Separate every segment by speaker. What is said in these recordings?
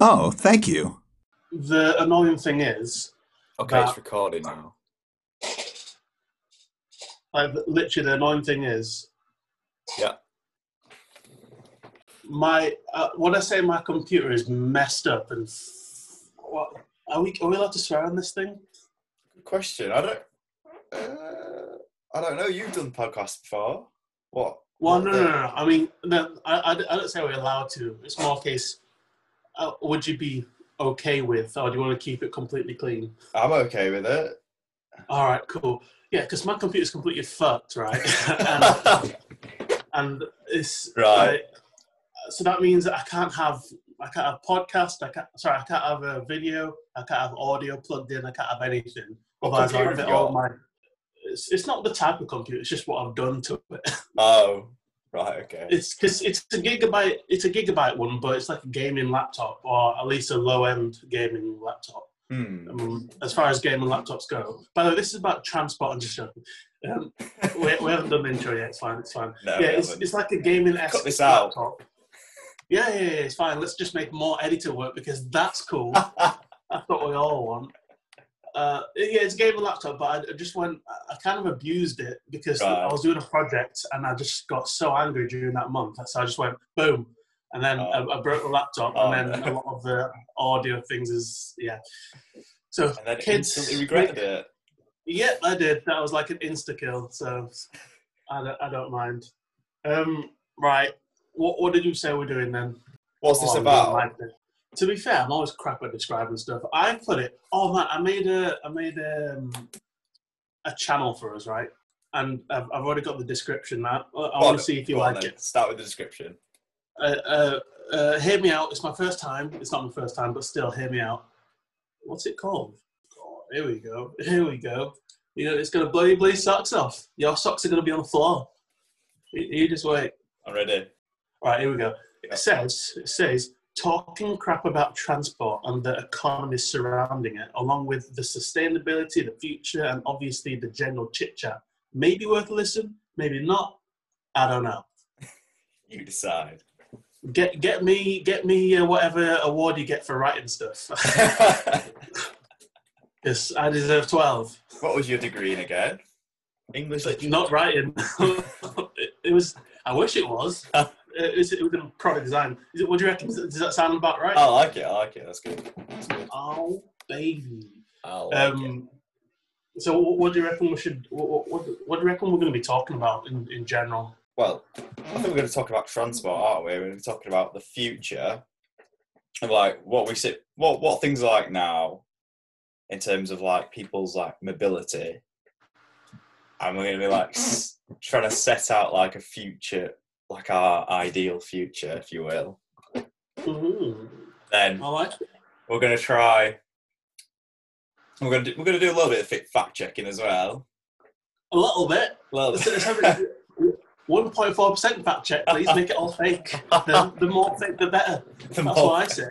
Speaker 1: Oh, thank you.
Speaker 2: The annoying thing is,
Speaker 3: Okay,
Speaker 2: Nah.
Speaker 3: it's recording now.
Speaker 2: like, literally, the annoying thing is,
Speaker 3: Yeah.
Speaker 2: my uh, when I say my computer is messed up and f- what are we are we allowed to swear on this thing?
Speaker 3: Good question. I don't. Uh, I don't know. You've done podcasts before. What?
Speaker 2: Well, no, no, no. no. I mean, no, I, I, I don't say we're allowed to. It's more case, uh, would you be okay with, or do you want to keep it completely clean?
Speaker 3: I'm okay with it.
Speaker 2: All right, cool. Yeah, because my computer's completely fucked, right? and, and it's
Speaker 3: Right.
Speaker 2: uh, so that means that I can't have I can't have podcast. I can't sorry, I can't have a video. I can't have audio plugged in. I can't have anything.
Speaker 3: What
Speaker 2: Otherwise, I'll
Speaker 3: computer
Speaker 2: have
Speaker 3: have
Speaker 2: it
Speaker 3: you
Speaker 2: all
Speaker 3: got?
Speaker 2: my. It's, it's not the type of computer. It's just what I've done to it.
Speaker 3: oh, right. Okay.
Speaker 2: It's because it's a gigabyte. It's a gigabyte one, but it's like a gaming laptop, or at least a low-end gaming laptop
Speaker 3: Hmm.
Speaker 2: um, as far as gaming laptops go. By the way, this is about transport. I'm just joking. Um, we, we haven't done the intro yet. It's fine. It's fine.
Speaker 3: No, we
Speaker 2: yeah, it's,
Speaker 3: haven't.
Speaker 2: it's like a gaming esque
Speaker 3: this out.
Speaker 2: laptop. Yeah, yeah, yeah, it's fine. Let's just make more editor work because that's cool. that's what we all want. Uh, yeah, it's a gaming laptop, but I, I just went. I- I kind of abused it because
Speaker 3: Right.
Speaker 2: I was doing a project and I just got so angry during that month. So I just went boom, and then
Speaker 3: Oh.
Speaker 2: I, I broke the laptop,
Speaker 3: Oh,
Speaker 2: and then
Speaker 3: no.
Speaker 2: a lot of the audio things is yeah. So
Speaker 3: and then
Speaker 2: kids
Speaker 3: instantly regretted it.
Speaker 2: yeah, I did. That was like an insta kill, so I don't, I don't mind. Um, right, what what did you say we're doing then?
Speaker 3: What's this
Speaker 2: Oh,
Speaker 3: about?
Speaker 2: like this. To be fair, I'm always crap at describing stuff. I put it. Oh man, I made a I made um, a channel for us, right? And I've, I've already got the description. Now I, I want to see if you
Speaker 3: Go on
Speaker 2: like
Speaker 3: then,
Speaker 2: it.
Speaker 3: Start with the description.
Speaker 2: Uh, uh, uh, hear me out. It's my first time. It's not my first time, but still, hear me out. What's it called? Oh, here we go. Here we go. You know, it's gonna blow your bloody socks off. Your socks are gonna be on the floor. You- You just wait.
Speaker 3: I'm ready.
Speaker 2: Right, here we go.
Speaker 3: Yeah.
Speaker 2: It says, it says, talking crap about transport and the economies surrounding it, along with the sustainability, the future, and obviously the general chit chat, may be worth a listen, maybe not. I don't know.
Speaker 3: You decide.
Speaker 2: Get get me get me uh, whatever award you get for writing stuff. Yes, I deserve twelve.
Speaker 3: what was your degree in again? English
Speaker 2: But
Speaker 3: literature.
Speaker 2: not writing. it, it was. I wish it was. Uh, It was, it was in product design. Is it, what do you reckon? Does that sound about right?
Speaker 3: I like it. I like it. That's good. That's good.
Speaker 2: Oh, baby.
Speaker 3: I like it.
Speaker 2: Um, so, wh- what do you reckon we should? wh- wh- What, do- what do you reckon we're going to be talking about in, in general?
Speaker 3: Well, I think we're going to talk about transport, aren't we? We're going to be talking about the future of like what we see, what what things are like now, in terms of like people's like mobility, and we're going to be like s- trying to set out like a future, like our ideal future, if you will.
Speaker 2: Mm-hmm.
Speaker 3: Then
Speaker 2: I like. it.
Speaker 3: we're going to try. We're going to do, we're going to do a little bit of fit fact checking as well.
Speaker 2: A little bit.
Speaker 3: A little
Speaker 2: Let's- let's have
Speaker 3: bit.
Speaker 2: it- 1.4% fact check, please. Make it all fake. The, the more fake, the better.
Speaker 3: The
Speaker 2: That's
Speaker 3: more-
Speaker 2: what I say.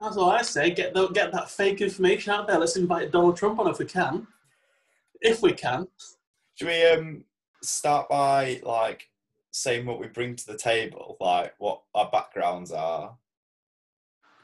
Speaker 2: That's what I say. Get the, get that fake information out there. Let's invite Donald Trump on if we can. If we can.
Speaker 3: Should we um start by like saying what we bring to the table, like what our backgrounds are?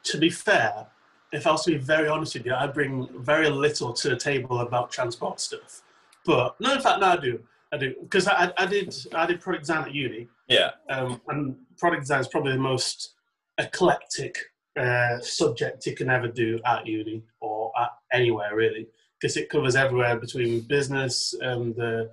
Speaker 2: To be fair, if I was to be very honest with you, I bring very little to the table about transport stuff. But no, in fact, no, I do. I do because I, I- I did I did product design at uni,
Speaker 3: Yeah.
Speaker 2: um, and product design is probably the most eclectic uh, subject you can ever do at uni or at anywhere really, because it covers everywhere between business and the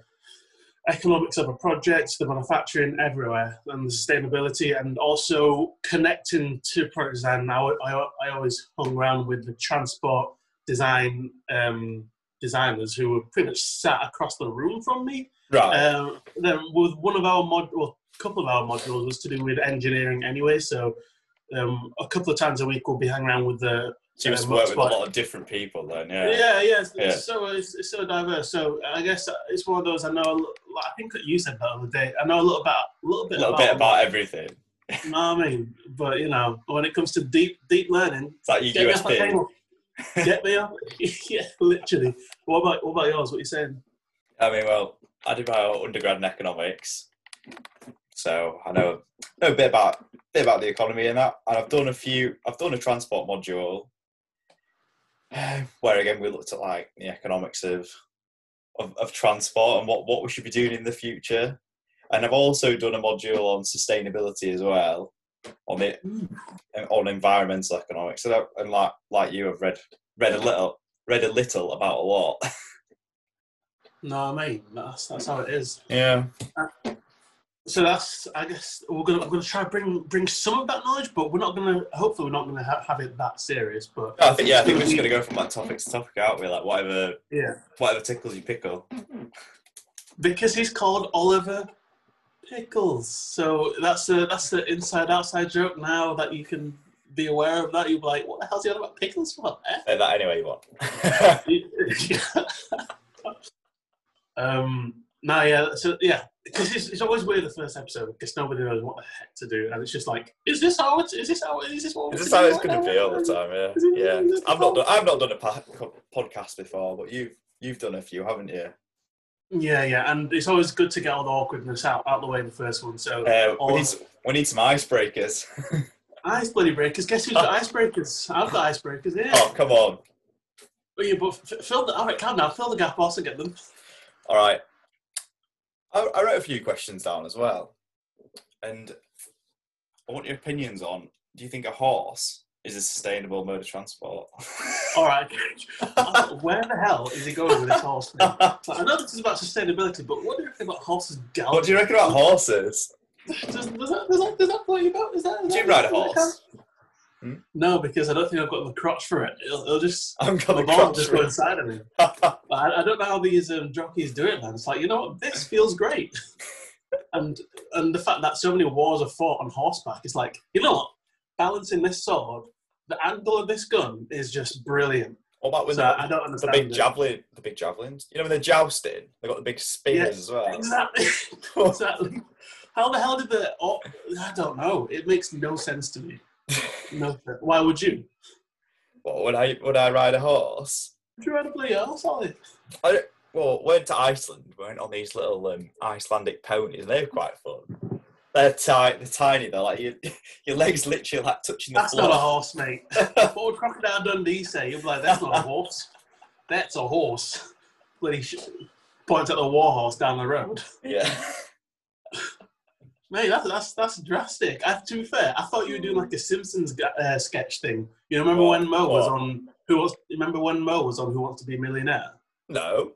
Speaker 2: economics of a project, the manufacturing, everywhere, and the sustainability, and also connecting to product design. I, I, I always hung around with the transport design um, designers who were pretty much sat across the room from me.
Speaker 3: Right.
Speaker 2: Um, then with one of our mod, well, a couple of our modules was to do with engineering anyway. So um, a couple of times a week we'll be hanging around with the
Speaker 3: so you must
Speaker 2: uh,
Speaker 3: work with a
Speaker 2: motorbike.
Speaker 3: lot of different people then, yeah.
Speaker 2: yeah, yeah. It's,
Speaker 3: Yeah.
Speaker 2: It's so it's, it's so diverse. So I guess it's one of those. I know. a l- Like, I think you said that the other day. I know a little about, a little
Speaker 3: A
Speaker 2: bit,
Speaker 3: little
Speaker 2: about,
Speaker 3: bit about everything.
Speaker 2: You know what I mean, but you know, when it comes to deep, deep learning,
Speaker 3: It's like your
Speaker 2: get me off the
Speaker 3: USP.
Speaker 2: table. Get me off. yeah, literally. What about what about yours? What are you saying?
Speaker 3: I mean, well, I did my undergrad in economics. So I know know a bit about bit about the economy and that. And I've done a few. I've done a transport module where again we looked at like the economics of of, of transport and what what we should be doing in the future. And I've also done a module on sustainability as well, on it on environmental economics. So that, and like like you, I've read read a little read a little about a lot.
Speaker 2: No, I mean that's that's how it is. Uh,
Speaker 3: Yeah.
Speaker 2: So that's I guess we're gonna we're gonna try to bring bring some of that knowledge, but we're not gonna hopefully we're not gonna ha- have it that serious. But
Speaker 3: I think yeah, I think we're just gonna go from like topic to topic, aren't we? Like whatever
Speaker 2: yeah,
Speaker 3: whatever tickles you pickle.
Speaker 2: because he's called Oliver Pickles. So that's a that's an inside outside joke now that you can be aware of that. You'll be like, what the hell's he on about pickles for? Eh?
Speaker 3: Say that Uh, anyway you want.
Speaker 2: um, no, yeah, so yeah, because it's, it's always weird the first episode because nobody knows what the heck to do, and it's just like, is this how it's is this how is this what
Speaker 3: Is
Speaker 2: we're
Speaker 3: this how it's
Speaker 2: doing
Speaker 3: going to
Speaker 2: right
Speaker 3: be
Speaker 2: now?
Speaker 3: all the time?
Speaker 2: Is
Speaker 3: Yeah,
Speaker 2: it-
Speaker 3: yeah.
Speaker 2: is it-
Speaker 3: I've not done, I've not done a pa- co- podcast before, but you've you've done a few, haven't you?
Speaker 2: Yeah, yeah, and it's always good to get all the awkwardness out out the way in the first one. So
Speaker 3: Uh, we,
Speaker 2: Oh.
Speaker 3: need, s- we need some icebreakers.
Speaker 2: ice bloody breakers. Guess who's got icebreakers? I've got icebreakers. Yeah,
Speaker 3: oh come on!
Speaker 2: but yeah, but f- fill the. All right, calm down. Fill the gap. Also get them.
Speaker 3: All right. I, I wrote a few questions down as well, and I want your opinions on. Do you think a horse is a sustainable mode of transport?
Speaker 2: All right. Where the hell is he going with this horse thing?
Speaker 3: what
Speaker 2: Like, I know this is about sustainability, but what do you think about horses galloping?
Speaker 3: do you reckon about horses?
Speaker 2: Does, does that does that does that blow you out? Is that? Is
Speaker 3: Do you
Speaker 2: that
Speaker 3: ride a
Speaker 2: does that
Speaker 3: horse?
Speaker 2: count?
Speaker 3: Hmm?
Speaker 2: No, because I don't think I've got the crotch for it. It'll, it'll just
Speaker 3: I'm
Speaker 2: the
Speaker 3: gonna
Speaker 2: ball will
Speaker 3: crotch
Speaker 2: just go inside of me. But I, I don't know how these um, jockeys do it, man. It's like you know what, this feels great, and and the fact that so many wars are fought on horseback, it's like you know what, balancing this sword, the angle of this gun is just brilliant.
Speaker 3: What about when
Speaker 2: So
Speaker 3: they're-
Speaker 2: I don't
Speaker 3: the
Speaker 2: understand
Speaker 3: big
Speaker 2: it.
Speaker 3: javelin, the big javelins. You know when they're jousting, they have got the big spears
Speaker 2: Yeah,
Speaker 3: as well.
Speaker 2: Exactly. exactly. How the hell did the? Oh, I don't know. It makes no sense to me. No, sense. why would you?
Speaker 3: What, would I would I ride a horse?
Speaker 2: If you had a bloody arse on it.
Speaker 3: I don't- well, went to Iceland. Went on these little um, Icelandic ponies. They're quite fun. They're tight. They're tiny. They're like your, your legs literally like touching the
Speaker 2: That's
Speaker 3: floor.
Speaker 2: not a horse, mate. what would Crocodile Dundee say? You'll be like, that's not a horse. That's a horse. Bloody sh- points at the war horse down the road.
Speaker 3: Yeah.
Speaker 2: Mate, that's that's that's drastic. I, to be fair, I thought you were doing like a Simpsons ga- uh, sketch thing. You remember
Speaker 3: What?
Speaker 2: when Mo was
Speaker 3: What?
Speaker 2: on Who Wants? Remember when Mo was on Who Wants to Be a Millionaire?
Speaker 3: No,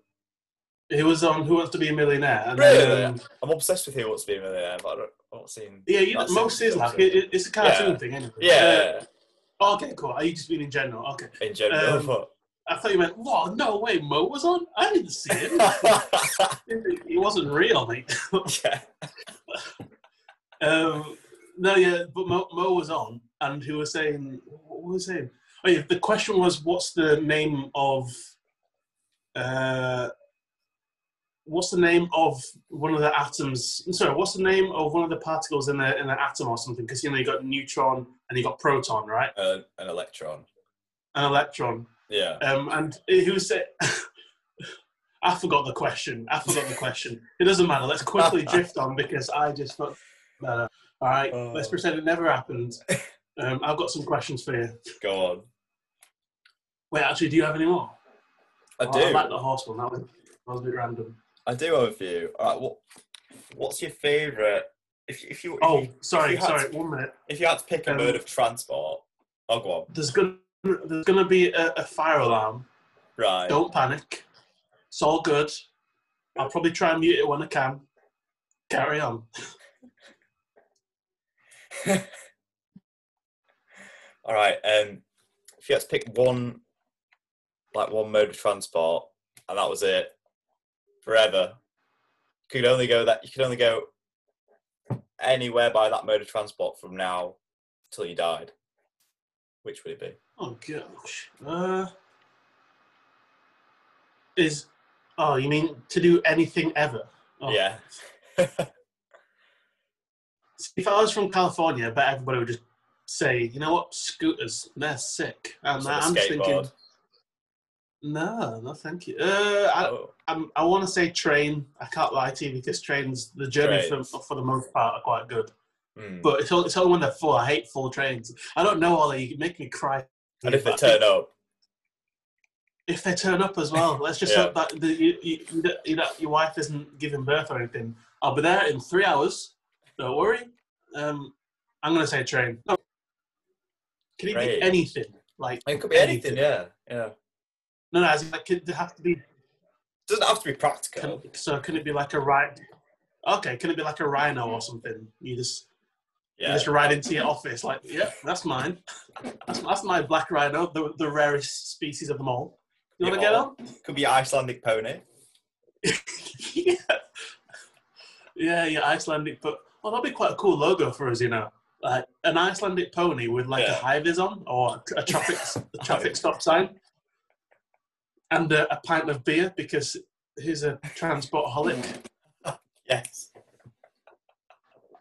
Speaker 2: He was on Who Wants to Be a Millionaire. And
Speaker 3: Really?
Speaker 2: Then, um,
Speaker 3: I'm obsessed with Who Wants to Be a Millionaire, but I don't, I've not seen.
Speaker 2: yeah, you,
Speaker 3: that
Speaker 2: most
Speaker 3: Simpsons
Speaker 2: is like
Speaker 3: episode.
Speaker 2: it, it- it's a cartoon
Speaker 3: Yeah.
Speaker 2: thing anyway.
Speaker 3: Yeah,
Speaker 2: Uh, okay, cool. Are you just mean in general? Okay.
Speaker 3: in general.
Speaker 2: um, I thought you meant, whoa, no way, Mo was on? I didn't see him.
Speaker 3: but-
Speaker 2: it wasn't real, mate.
Speaker 3: yeah.
Speaker 2: Um, no, yeah, but Mo, Mo was on, and he was saying, what was he saying? Oh, yeah, the question was, what's the name of, uh, what's the name of one of the atoms? Sorry, what's the name of one of the particles in, a, in an atom or something? Because, you know, you got neutron and you got proton, right?
Speaker 3: Uh, an electron.
Speaker 2: An electron.
Speaker 3: Yeah.
Speaker 2: Um, and he was saying, I forgot the question. I forgot the question. It doesn't matter. Let's quickly drift on because I just thought, no, no. All right,
Speaker 3: Oh.
Speaker 2: let's pretend it never happened. Um, I've got some questions for you.
Speaker 3: Go on.
Speaker 2: Wait, actually, do you have any more?
Speaker 3: I
Speaker 2: Oh,
Speaker 3: do.
Speaker 2: I like the horse one. That was, that was a bit random.
Speaker 3: I do have a few. All right, what, what's your favourite? If, you- if you if,
Speaker 2: Oh,
Speaker 3: you
Speaker 2: sorry,
Speaker 3: you had
Speaker 2: sorry. One minute.
Speaker 3: if you had to pick a
Speaker 2: Um,
Speaker 3: mode of transport, oh go on,
Speaker 2: There's gonna there's gonna be a, a fire alarm.
Speaker 3: right?
Speaker 2: Don't panic. It's all good. I'll probably try and mute it when I can. Carry on.
Speaker 3: All right. Um, if you had to pick one, like one mode of transport, and that was it forever, you could only go that you could only go anywhere by that mode of transport from now till you died. Which would it be?
Speaker 2: Oh gosh. Uh, is oh you mean to do anything ever? Oh.
Speaker 3: Yeah.
Speaker 2: See, If I was from California, I bet everybody would just say, you know what, scooters, they're sick. And
Speaker 3: So the
Speaker 2: I'm just thinking,
Speaker 3: skateboard.
Speaker 2: No, no, thank you. Uh, I,
Speaker 3: Oh,
Speaker 2: I'm, I want to say train. I can't lie to you because trains, the journey for,
Speaker 3: Trains.
Speaker 2: for the most part, are quite good.
Speaker 3: mm.
Speaker 2: But it's only, it's only when they're full. I hate full trains. I don't know, Ollie. You make me cry.
Speaker 3: and if they
Speaker 2: But
Speaker 3: turn up,
Speaker 2: if they turn up as well, let's just
Speaker 3: Yeah.
Speaker 2: hope that the, you, you, you don't- you know, your wife isn't giving birth or anything. I'll be there in three hours. Don't worry. Um, I'm going to say train. No. Can it
Speaker 3: Train.
Speaker 2: be anything? Like
Speaker 3: it could be anything. Yeah, yeah.
Speaker 2: no, no. As in, like, could it have to be?
Speaker 3: Doesn't have to be
Speaker 2: Can,
Speaker 3: practical.
Speaker 2: so can it be like a ride? Okay, can it be like a rhino or something? You just you
Speaker 3: Yeah,
Speaker 2: just ride into your office like, yeah, that's mine. That's, that's my black rhino, the the rarest species of them all. You want to
Speaker 3: Yeah.
Speaker 2: get on?
Speaker 3: could be Icelandic pony.
Speaker 2: yeah. yeah, yeah, Icelandic. But well, that'd be quite a cool logo for us, you know. Like an Icelandic pony with like
Speaker 3: Yeah.
Speaker 2: a high vis on or a traffic a traffic stop sign, and a, a pint of beer because he's a transport holic.
Speaker 3: Yes.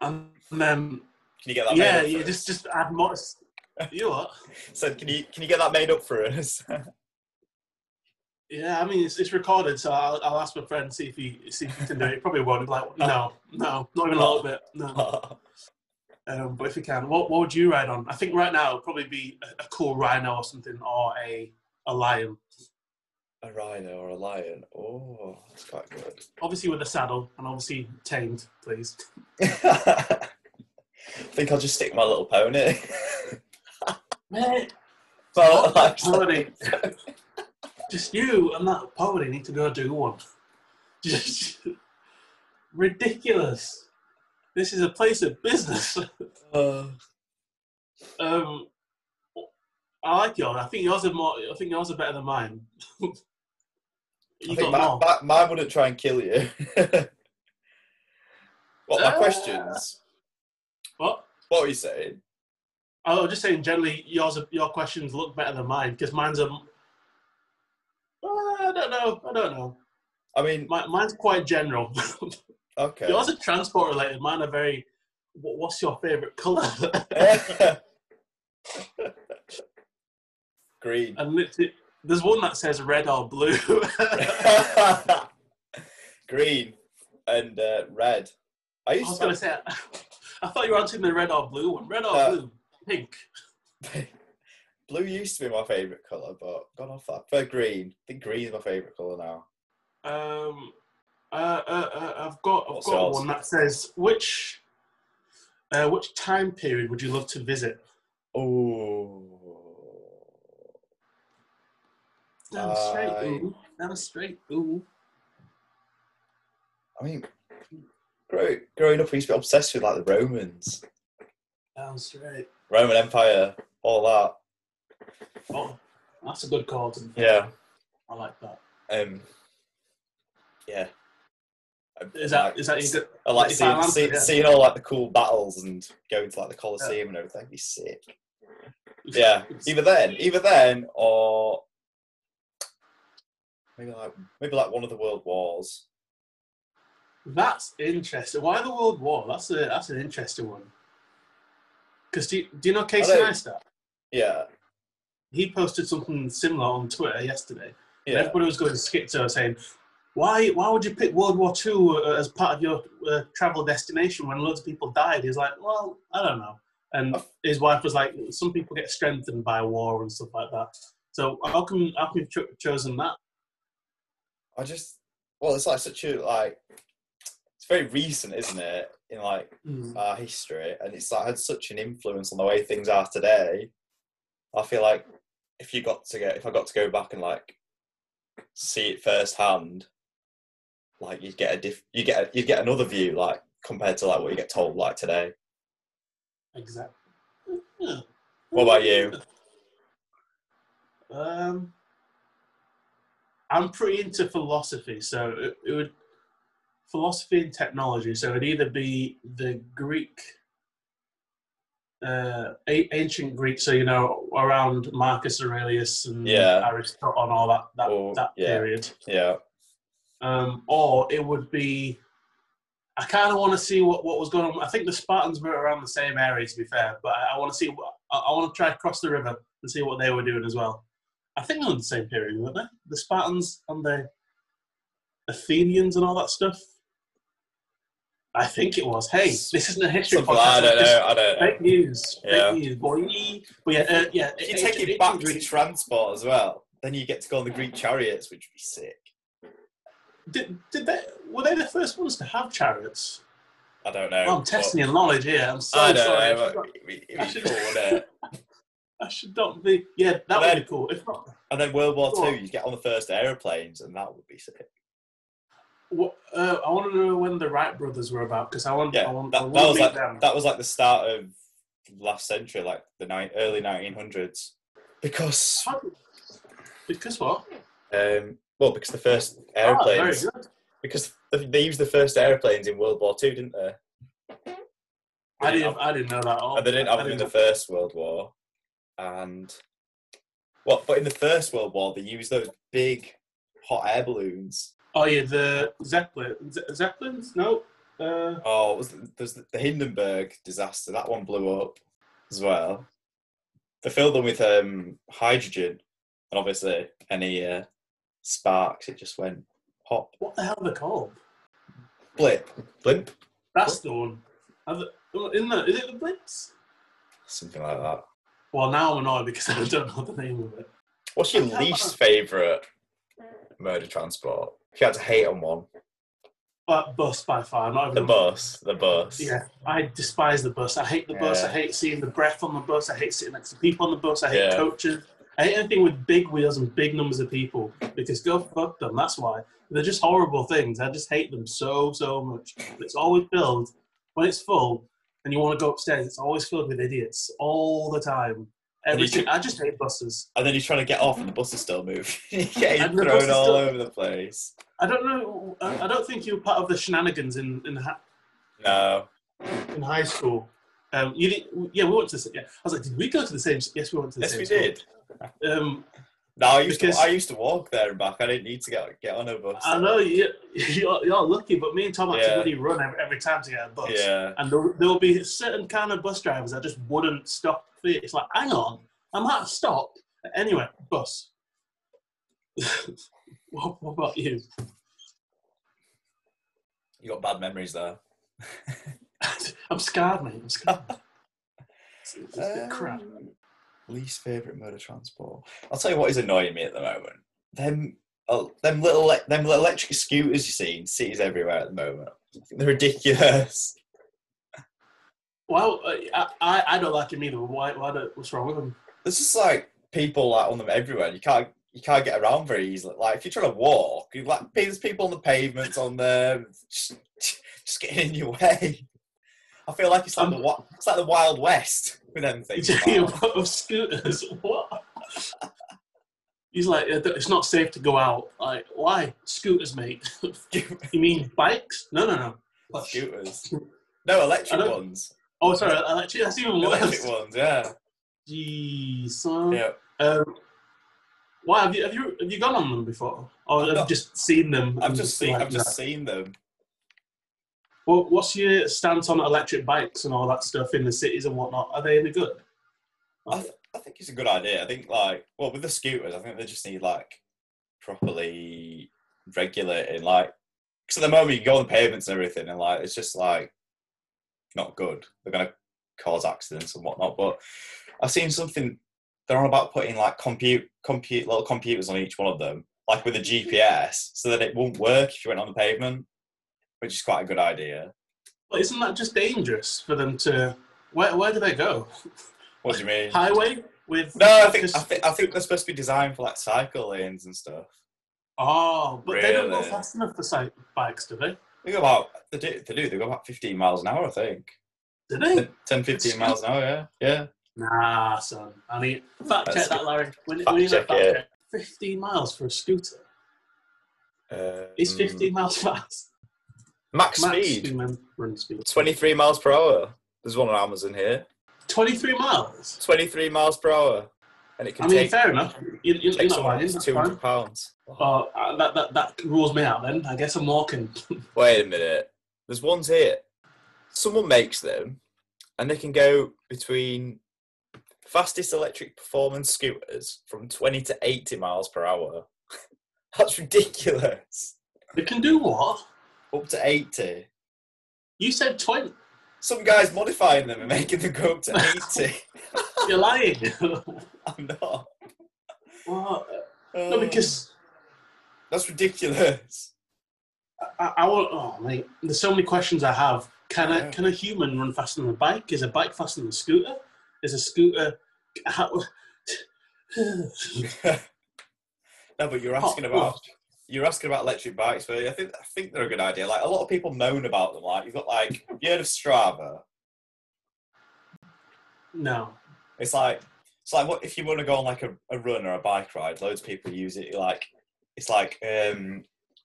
Speaker 2: And then
Speaker 3: Can you get that? made
Speaker 2: yeah,
Speaker 3: up for
Speaker 2: you
Speaker 3: us?
Speaker 2: just just add more. You know what?
Speaker 3: said, "Can you can you get that made up for us?"
Speaker 2: Yeah, I mean it's, it's recorded, so I'll, I'll ask my friend see if he see if he can do it. He probably won't. He's Like no, no, not even a little bit. No. Um, but if you can, what, what would you ride on? I think right now it'd probably be a, a cool rhino or something, or a, a lion.
Speaker 3: a rhino or a lion? Oh, that's quite good.
Speaker 2: Obviously with a saddle, and obviously tamed, please.
Speaker 3: I think I'll just stick my little pony.
Speaker 2: Mate,
Speaker 3: well, like,
Speaker 2: pony. Just you and that pony need to go do one. Just ridiculous. This is a place of business.
Speaker 3: uh,
Speaker 2: Um, I like yours. I think yours are more. I think yours are better than mine.
Speaker 3: I
Speaker 2: you
Speaker 3: think
Speaker 2: got
Speaker 3: my,
Speaker 2: more.
Speaker 3: my, mine wouldn't try and kill you. what my
Speaker 2: Uh.
Speaker 3: questions?
Speaker 2: What?
Speaker 3: What are you saying?
Speaker 2: I was just saying, generally, yours your questions look better than mine because mine's a. Well, I don't know. I don't know.
Speaker 3: I mean,
Speaker 2: Mi- mine's quite general.
Speaker 3: okay.
Speaker 2: Yours are transport related. Mine are very. "Wha- What's your favorite color?
Speaker 3: Eh. Green.
Speaker 2: and literally, there's one that says red or blue. I
Speaker 3: Green and uh, red. I used
Speaker 2: was
Speaker 3: to
Speaker 2: gonna say. I thought you were answering the red or blue one. Red or
Speaker 3: Uh,
Speaker 2: blue? Pink.
Speaker 3: Blue used to be my favourite colour, but gone off that. For green, I think green is my favourite colour now.
Speaker 2: Um, uh, uh, uh, I've got I've
Speaker 3: What's
Speaker 2: got
Speaker 3: yours?
Speaker 2: one that says which. Uh, which time period would you love to visit?
Speaker 3: Oh,
Speaker 2: Down straight,
Speaker 3: I-
Speaker 2: ooh. Down straight, ooh.
Speaker 3: I mean, grow, growing up, I used to be obsessed with like the Romans,
Speaker 2: Down straight.
Speaker 3: Roman Empire, all that.
Speaker 2: Oh, that's a good call. To
Speaker 3: Yeah.
Speaker 2: I like that.
Speaker 3: Um, yeah.
Speaker 2: Is that is that your good?
Speaker 3: I like
Speaker 2: It's
Speaker 3: seeing,
Speaker 2: Atlanta,
Speaker 3: see-
Speaker 2: yeah.
Speaker 3: seeing all like the cool battles and going to like the Colosseum and everything. That'd be sick. Yeah, either then, either then, or maybe like maybe like one of the world wars.
Speaker 2: That's interesting. Why the World War? That's a that's an interesting one. Because do, you- do you know Casey
Speaker 3: don't-
Speaker 2: Neistat?
Speaker 3: Yeah,
Speaker 2: He posted something similar on Twitter yesterday. And
Speaker 3: yeah.
Speaker 2: Everybody was going schizo saying, "Why why would you pick World War Two as part of your uh, travel destination when loads of people died?" He's like, "Well, I don't know." And his wife was like, "Some people get strengthened by war and stuff like that." So how come how come you've cho- chosen that?
Speaker 3: I just well, it's like such a like it's very recent, isn't it? In like our history, and it's like had such an influence on the way things are today. I feel like if you got to get if I got to go back and like see it firsthand, like you'd get a diff you get a, you'd get another view like compared to like what you get told like today.
Speaker 2: Exactly.
Speaker 3: What about you?
Speaker 2: Um, I'm pretty into philosophy, so it, it would philosophy and technology. So it'd either be the Greek, uh, a- ancient Greek, so you know around Marcus Aurelius and
Speaker 3: Yeah.
Speaker 2: Aristotle and all that that,
Speaker 3: Or-
Speaker 2: that
Speaker 3: yeah.
Speaker 2: period,
Speaker 3: Yeah.
Speaker 2: um, or it would be. I kind of want to see what, what was going on. I think the Spartans were around the same area, to be fair, but I, I want to see. what- I, I want to try across the river and see what they were doing as well. I think they were in the same period, weren't they? The Spartans and the Athenians and all that stuff. I think it was. Hey, this isn't a history
Speaker 3: Something
Speaker 2: podcast.
Speaker 3: like- I don't
Speaker 2: this is
Speaker 3: know. I don't know.
Speaker 2: Fake news.
Speaker 3: Yeah.
Speaker 2: Fake news, boy. But yeah, uh, yeah.
Speaker 3: If you
Speaker 2: it's-
Speaker 3: take it
Speaker 2: it's
Speaker 3: back to
Speaker 2: really-
Speaker 3: transport as well, then you get to go on the Greek chariots, which would be sick.
Speaker 2: Did, did they? Were they the first ones to have chariots?
Speaker 3: I don't know.
Speaker 2: Well, I'm testing your knowledge here. I'm so
Speaker 3: but- I don't
Speaker 2: sorry.
Speaker 3: know.
Speaker 2: I, should
Speaker 3: but it'd be-
Speaker 2: I
Speaker 3: it'd be
Speaker 2: should-
Speaker 3: cool, wouldn't it?
Speaker 2: not, I should not be. Yeah, that would be cool. If not,
Speaker 3: And then World War
Speaker 2: Go
Speaker 3: Two,
Speaker 2: on.
Speaker 3: you get on the first aeroplanes, and that would be sick.
Speaker 2: what, uh, I want to know when the Wright brothers were about because I want.
Speaker 3: Yeah,
Speaker 2: I want, I
Speaker 3: That,
Speaker 2: want
Speaker 3: that
Speaker 2: to
Speaker 3: was
Speaker 2: meet
Speaker 3: like
Speaker 2: them.
Speaker 3: that was like the start of last century, like the ni- early 1900s. Because
Speaker 2: How do- Because what?
Speaker 3: um, well, because the first
Speaker 2: Ah, very
Speaker 3: aeroplanes,
Speaker 2: good.
Speaker 3: because th- they used the first airplanes in World War Two, didn't they? They
Speaker 2: I
Speaker 3: didn't
Speaker 2: didn't. I didn't know that. at all.
Speaker 3: And Oh, they didn't
Speaker 2: I
Speaker 3: have them in
Speaker 2: didn't
Speaker 3: the First World War. And what? But in the First World War, they used those big hot air balloons.
Speaker 2: Oh yeah, the Zeppelin. Ze- Zeppelins? No. Uh,
Speaker 3: Oh, it was the, there's the Hindenburg disaster. That one blew up as well. They filled them with um, hydrogen, and obviously any uh, sparks, it just went pop,
Speaker 2: what the hell are they called?
Speaker 3: blip, blimp,
Speaker 2: That's the one. Are they- oh, Isn't that, is it the Blitz?
Speaker 3: something like that.
Speaker 2: Well, now I'm annoyed because I don't know the name of it.
Speaker 3: What's your least favourite murder transport? If you had to hate on one,
Speaker 2: But bus by far. Not even
Speaker 3: the bus, the bus.
Speaker 2: Yeah, I despise the bus. I hate the bus.
Speaker 3: Yeah.
Speaker 2: I hate seeing the breath on the bus. I hate sitting next to people on the bus. I hate
Speaker 3: Yeah.
Speaker 2: coaches. I hate anything with big wheels and big numbers of people because go fuck them. That's why they're just horrible things. I just hate them so so much. It's always filled when it's full, and you want to go upstairs. It's always filled with idiots all the time.
Speaker 3: And you
Speaker 2: Everything.
Speaker 3: should-
Speaker 2: I just hate buses.
Speaker 3: And then he's trying to get off, and the bus is still moving. He's
Speaker 2: And
Speaker 3: getting
Speaker 2: the bus
Speaker 3: thrown
Speaker 2: is
Speaker 3: all
Speaker 2: still-
Speaker 3: over the place.
Speaker 2: I don't know. I I don't think you were part of the shenanigans in in, ha-
Speaker 3: No,
Speaker 2: in high school. Um, you didn't, yeah, we went to the same. Yeah. I was like, did we go to the same? s- Yes, we went to the
Speaker 3: yes,
Speaker 2: same.
Speaker 3: we
Speaker 2: school.
Speaker 3: did.
Speaker 2: Um,
Speaker 3: No, I used
Speaker 2: Because- Ah,
Speaker 3: to. I used to walk there and back. I didn't need to get get on a bus.
Speaker 2: I know you, you're, you're lucky, but me and Tom had
Speaker 3: Yeah.
Speaker 2: to really run every, every time to get a bus.
Speaker 3: Yeah,
Speaker 2: And there, there will be certain kind of bus drivers that just wouldn't stop. for you. It's like, hang on, I'm at a stop. Anyway, bus. what, what about you?
Speaker 3: you got bad memories there.
Speaker 2: I'm scarred, mate. I'm scarred. It's, it's a bit
Speaker 3: Um,
Speaker 2: crap.
Speaker 3: Least favorite mode of transport. I'll tell you what is annoying me at the moment. Them, oh, them little, le- them little electric scooters you see in cities everywhere at the moment. They're ridiculous.
Speaker 2: Well, I, I, I don't like him either. Why, why do, what's wrong with him?
Speaker 3: There's just like people like on them everywhere. You can't. You can't get around very easily. Like if you're trying to walk, you like there's people on the pavements on there, just, just getting in your way. I feel like it's like the
Speaker 2: Um,
Speaker 3: the it's like the Wild West with them things.
Speaker 2: You're part of scooters. What? He's like, "Uh, it's not safe to go out. Like, why? Scooters, mate. You mean bikes? No, no, no. Like,
Speaker 3: scooters. No, electric
Speaker 2: I don't-
Speaker 3: ones.
Speaker 2: Oh, sorry. Actually, that's even
Speaker 3: Electric
Speaker 2: worse.
Speaker 3: ones, yeah.
Speaker 2: Jeez. son.
Speaker 3: Yeah.
Speaker 2: Um, why have you have you have you gone on them before, or have you
Speaker 3: not-
Speaker 2: just seen them?
Speaker 3: I've
Speaker 2: and
Speaker 3: just seen
Speaker 2: like
Speaker 3: I've just
Speaker 2: that?
Speaker 3: seen them.
Speaker 2: Well, what's your stance on electric bikes and all that stuff in the cities and whatnot? Are they any good?
Speaker 3: I, th- I think it's a good idea. I think like well with the scooters, I think they just need like properly regulating like because at the moment you go on the pavements and everything and like it's just like not good. They're gonna cause accidents and whatnot. But I've seen something they're on about putting like compute compute little computers on each one of them, like with a GPS, so that it won't work if you went on the pavement, which is quite a good idea.
Speaker 2: But isn't that just dangerous for them to? Where where do they go?
Speaker 3: What do you mean?
Speaker 2: highway with
Speaker 3: No, I think I,
Speaker 2: just-
Speaker 3: think I think they're supposed to be designed for like cycle lanes and stuff.
Speaker 2: oh but they don't go
Speaker 3: Really?
Speaker 2: fast enough for cyc- bikes do they
Speaker 3: They go about they do they do they go about 15 miles an hour, I think.
Speaker 2: do they
Speaker 3: 10, 10 15 miles an hour, yeah, yeah.
Speaker 2: nah son I mean fact
Speaker 3: That's
Speaker 2: check that Larry when,
Speaker 3: Fact
Speaker 2: when you
Speaker 3: check,
Speaker 2: fact
Speaker 3: yeah.
Speaker 2: check 15 miles for a scooter
Speaker 3: Um,
Speaker 2: is 15 miles fast max
Speaker 3: max, speed,
Speaker 2: human run speed
Speaker 3: 23 miles per hour. There's one on Amazon here,
Speaker 2: 23 miles
Speaker 3: 23 miles per hour, and it can
Speaker 2: I mean
Speaker 3: take
Speaker 2: fair enough you, you, you're
Speaker 3: takes
Speaker 2: not
Speaker 3: someone
Speaker 2: lying
Speaker 3: up to
Speaker 2: that's
Speaker 3: 200
Speaker 2: fine
Speaker 3: pounds.
Speaker 2: Oh, uh, that, that, that rules me out then I guess I'm walking
Speaker 3: Wait a minute. There's ones here. Someone makes them, and they can go between fastest electric performance scooters from 20 to 80 miles per hour. That's ridiculous.
Speaker 2: They can do what?
Speaker 3: Up to 80.
Speaker 2: You said 20.
Speaker 3: Some guy's modifying them and making them go up to 80.
Speaker 2: You're lying.
Speaker 3: I'm not.
Speaker 2: what? No,
Speaker 3: Um,
Speaker 2: because
Speaker 3: That's ridiculous.
Speaker 2: I, I want. Oh, mate, there's so many questions I have. Can a
Speaker 3: Yeah.
Speaker 2: can a human run faster than a bike? Is a bike faster than a scooter? Is a scooter? How,
Speaker 3: no, but you're
Speaker 2: Oh,
Speaker 3: asking about you're asking about electric bikes, but I think I think they're a good idea. Like a lot of people moan about them. Like you've got like you heard of Strava.
Speaker 2: no.
Speaker 3: It's like it's like what if you want to go on like a, a run or a bike ride? Loads of people use it. Like it's like um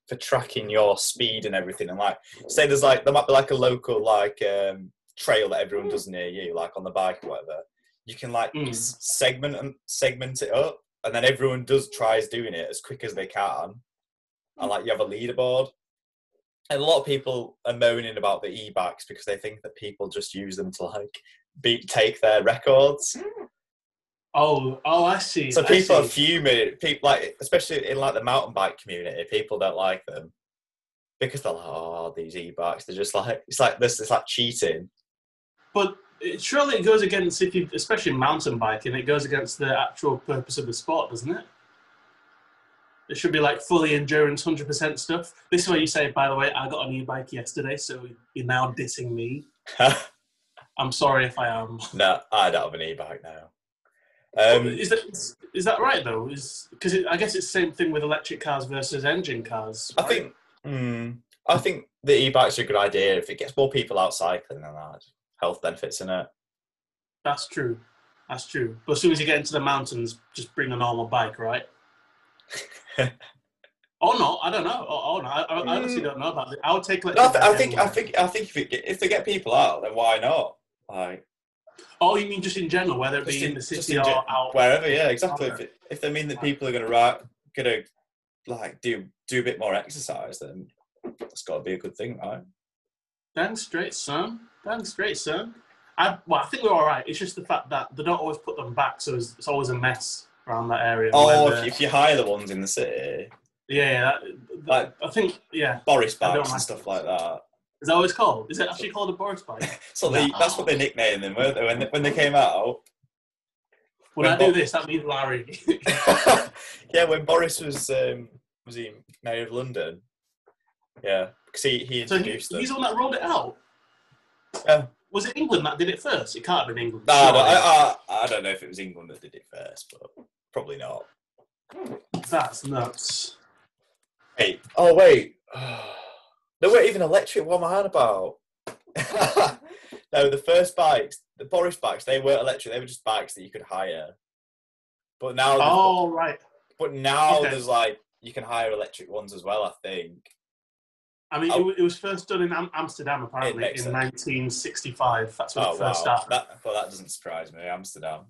Speaker 3: for tracking your speed and everything. And like say there's like there might be like a local like um trail that everyone does near you, like on the bike or whatever. You can like
Speaker 2: Mm.
Speaker 3: s- segment and segment it up, and then everyone does tries doing it as quick as they can. And like you have a leaderboard. And a lot of people are moaning about the e-bikes because they think that people just use them to like beat take their records.
Speaker 2: Oh, oh, I see.
Speaker 3: So
Speaker 2: I
Speaker 3: people are
Speaker 2: see.
Speaker 3: fuming. People like, especially in like the mountain bike community, people don't like them because they're like, oh, these e-bikes. They're just like, it's like this. It's like cheating.
Speaker 2: But it, surely it goes against if you, especially mountain biking, it goes against the actual purpose of the sport, doesn't it? It should be like fully endurance, hundred percent stuff. This is where you say, by the way, I got a new bike yesterday, so you're now dissing me. I'm sorry if I am.
Speaker 3: no, I don't have an e-bike now. Um,
Speaker 2: is that is, is that right though? Is because I guess it's the same thing with electric cars versus engine cars.
Speaker 3: I
Speaker 2: right?
Speaker 3: think, mm, I think the e-bikes are a good idea if it gets more people out cycling and that health benefits in it.
Speaker 2: that's true. That's true. But as soon as you get into the mountains, just bring a normal bike, right? or not? I don't know. Or, or not. I, I honestly
Speaker 3: Mm.
Speaker 2: don't know about it. I would take.
Speaker 3: No, I,
Speaker 2: electric
Speaker 3: th- I
Speaker 2: bike
Speaker 3: think, I
Speaker 2: anywhere.
Speaker 3: think, I think if it, get- if they get people out, then why not? Like.
Speaker 2: Oh, you mean just in general, whether it
Speaker 3: Just
Speaker 2: be in the
Speaker 3: just
Speaker 2: city
Speaker 3: in
Speaker 2: or
Speaker 3: ge-
Speaker 2: out?
Speaker 3: wherever. Yeah, exactly. If,
Speaker 2: Okay.
Speaker 3: it- if they mean that people are going to write, going to like do do a bit more exercise, then that's got to be a good thing, right?
Speaker 2: Damn straight, son. Damn straight, son. I, well, I think we're all right. It's just the fact that they don't always put them back, so it's, it's always a mess around that area.
Speaker 3: Or
Speaker 2: whether-
Speaker 3: Oh, if, if you hire the ones in the city,
Speaker 2: yeah, yeah that,
Speaker 3: Like-
Speaker 2: I think, yeah.
Speaker 3: Boris
Speaker 2: I don't
Speaker 3: bikes
Speaker 2: like
Speaker 3: and stuff like that.
Speaker 2: Is that what it's called? Is it actually called a Boris bike?
Speaker 3: So they, that's what they nicknamed them, weren't they? When they, when they came out.
Speaker 2: When I
Speaker 3: Well,
Speaker 2: do this, that means Larry.
Speaker 3: yeah, when Boris was um, was he mayor of London? Yeah, because he, he
Speaker 2: so he,
Speaker 3: introduced them.
Speaker 2: he's the one that rolled it out.
Speaker 3: Yeah.
Speaker 2: Was it England that did it first? It can't have been England.
Speaker 3: No, I, don't,
Speaker 2: surely.
Speaker 3: I, I, I don't know if it was England that did it first, but probably not.
Speaker 2: That's nuts.
Speaker 3: Wait. Oh wait. they weren't even electric. What am I on about? no, the first bikes, the Boris bikes, they weren't electric. They were just bikes that you could hire. But now,
Speaker 2: Oh, right.
Speaker 3: but now
Speaker 2: Okay.
Speaker 3: there's like you can hire electric ones as well. I think.
Speaker 2: I mean, it
Speaker 3: Oh.
Speaker 2: wa- it, was first done in Am- Amsterdam, apparently,
Speaker 3: makes
Speaker 2: in
Speaker 3: sense.
Speaker 2: 1965. That's when
Speaker 3: oh
Speaker 2: it
Speaker 3: wow.
Speaker 2: first started.
Speaker 3: That, well, that doesn't surprise me. Amsterdam.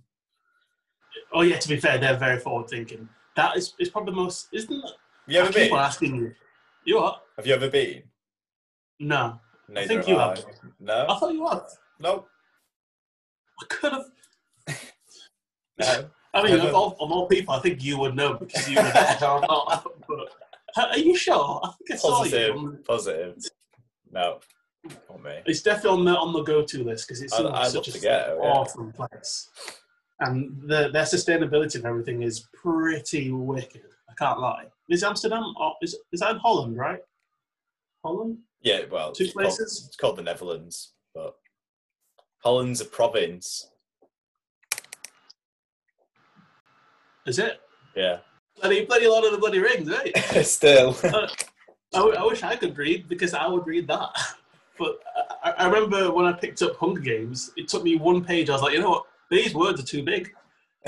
Speaker 2: Oh, yeah, to be fair, they're very forward thinking. That is, is probably the most, isn't it?
Speaker 3: Have you
Speaker 2: I
Speaker 3: ever
Speaker 2: keep
Speaker 3: been?
Speaker 2: on asking you. You what?
Speaker 3: Have you ever been?
Speaker 2: No.
Speaker 3: Neither
Speaker 2: think you
Speaker 3: I.
Speaker 2: have. I
Speaker 3: No.
Speaker 2: thought you had.
Speaker 3: No.
Speaker 2: I could have.
Speaker 3: No.
Speaker 2: I mean,
Speaker 3: Never.
Speaker 2: of all, of all people, I think you would know because you were there. I'm not. But, are are you sure? I think I saw you.
Speaker 3: Positive.
Speaker 2: on-
Speaker 3: Positive. No. Not me.
Speaker 2: It's definitely on the on the go-to list because it's
Speaker 3: I'd,
Speaker 2: in
Speaker 3: I'd love
Speaker 2: such
Speaker 3: to
Speaker 2: an
Speaker 3: go. yeah.
Speaker 2: awesome place, and the, their sustainability and everything is pretty wicked. I can't lie. Is Amsterdam or is is that in Holland? Right, Holland.
Speaker 3: Yeah, well,
Speaker 2: Two
Speaker 3: it's called-
Speaker 2: places?
Speaker 3: It's called the Netherlands, but Holland's a province.
Speaker 2: Is it?
Speaker 3: Yeah,
Speaker 2: Bloody bloody Lord of the Bloody Rings, eh? right?
Speaker 3: still.
Speaker 2: I, w- I wish I could read because I would read that. But I, I remember when I picked up Hunger Games, it took me one page. I was like, you know what? These words are too big.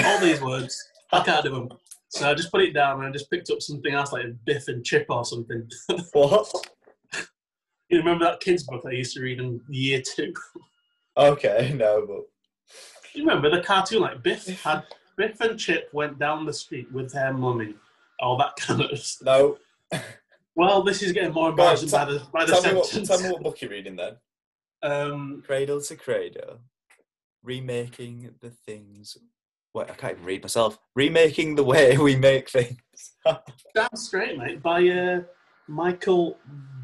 Speaker 2: All these words, I can't do them. So I just put it down and I just picked up something else like Biff and Chip or something.
Speaker 3: what?
Speaker 2: You remember that kids book I used to read in year two?
Speaker 3: Okay, no, but
Speaker 2: You remember the cartoon like Biff had Biff and Chip went down the street with their mummy, all that kind of. Stuff.
Speaker 3: no.
Speaker 2: Well, this is getting more
Speaker 3: Go on,
Speaker 2: embarrassing
Speaker 3: tell-
Speaker 2: by the by the
Speaker 3: Tell me, what,
Speaker 2: sentence.
Speaker 3: tell me what book you're reading then.
Speaker 2: um,
Speaker 3: Cradle to Cradle, remaking the things
Speaker 1: Wait, I can't even read myself. Remaking the way we make things.
Speaker 2: Damn straight, mate. By uh, Michael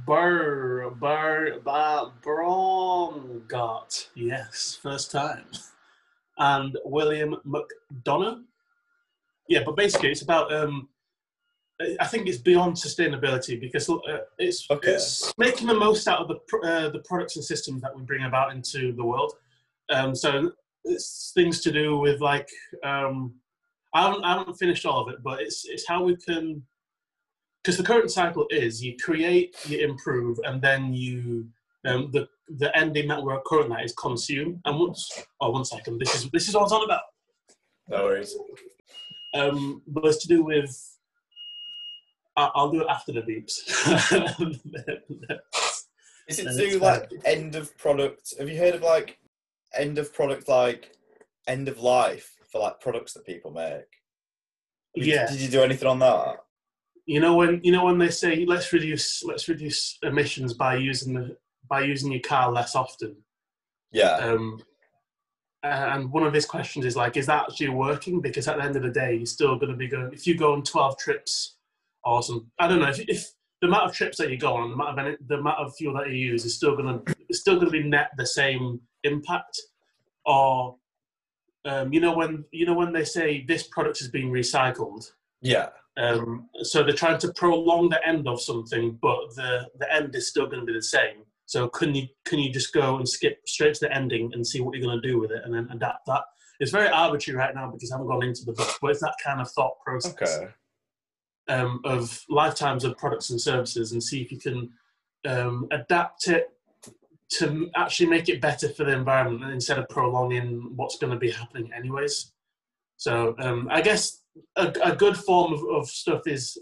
Speaker 2: Burr, Burr, Burr, Brongart. Yes, first time. And William McDonough. Yeah, but basically it's about. Um, I- I think it's beyond sustainability because uh, it's,
Speaker 3: Okay.
Speaker 2: it's making the most out of the pr- uh, the products and systems that we bring about into the world. Um, so it's things to do with like um, I haven't, I haven't finished all of it, but it's it's how we can because the current cycle is you create, you improve, and then you um, the the ending that we're currently at is consume. And once oh one second, this is this is what I was on about.
Speaker 3: No worries.
Speaker 2: Um, but it's to do with I, I'll do it after the beeps.
Speaker 3: Is it
Speaker 2: No, that's
Speaker 3: to do like end of product? Have you heard of like end of product, like end of life for like products that people make? Did,
Speaker 2: yeah,
Speaker 3: Did you do anything on that?
Speaker 2: you know when you know when they say let's reduce let's reduce emissions by using the by using your car less often.
Speaker 3: Yeah.
Speaker 2: um, and one of his questions is like, is that actually working? Because at the end of the day, you're still going to be going. If you go on twelve trips, or some, I don't know, if, if the amount of trips that you go on, the amount of ener- the amount of fuel that you use is still going to it's still going to be net the same impact, or um, you know when you know when they say this product is being recycled.
Speaker 3: Yeah.
Speaker 2: Um, so they're trying to prolong the end of something, but the, the end is still going to be the same. So can you can you just go and skip straight to the ending and see what you're going to do with it, and then adapt that? It's very arbitrary right now because I haven't gone into the book, but it's that kind of thought process
Speaker 3: Okay.
Speaker 2: um, of lifetimes of products and services, and see if you can um, adapt it to actually make it better for the environment instead of prolonging what's going to be happening anyways. So um, I guess a, a good form of, of stuff is,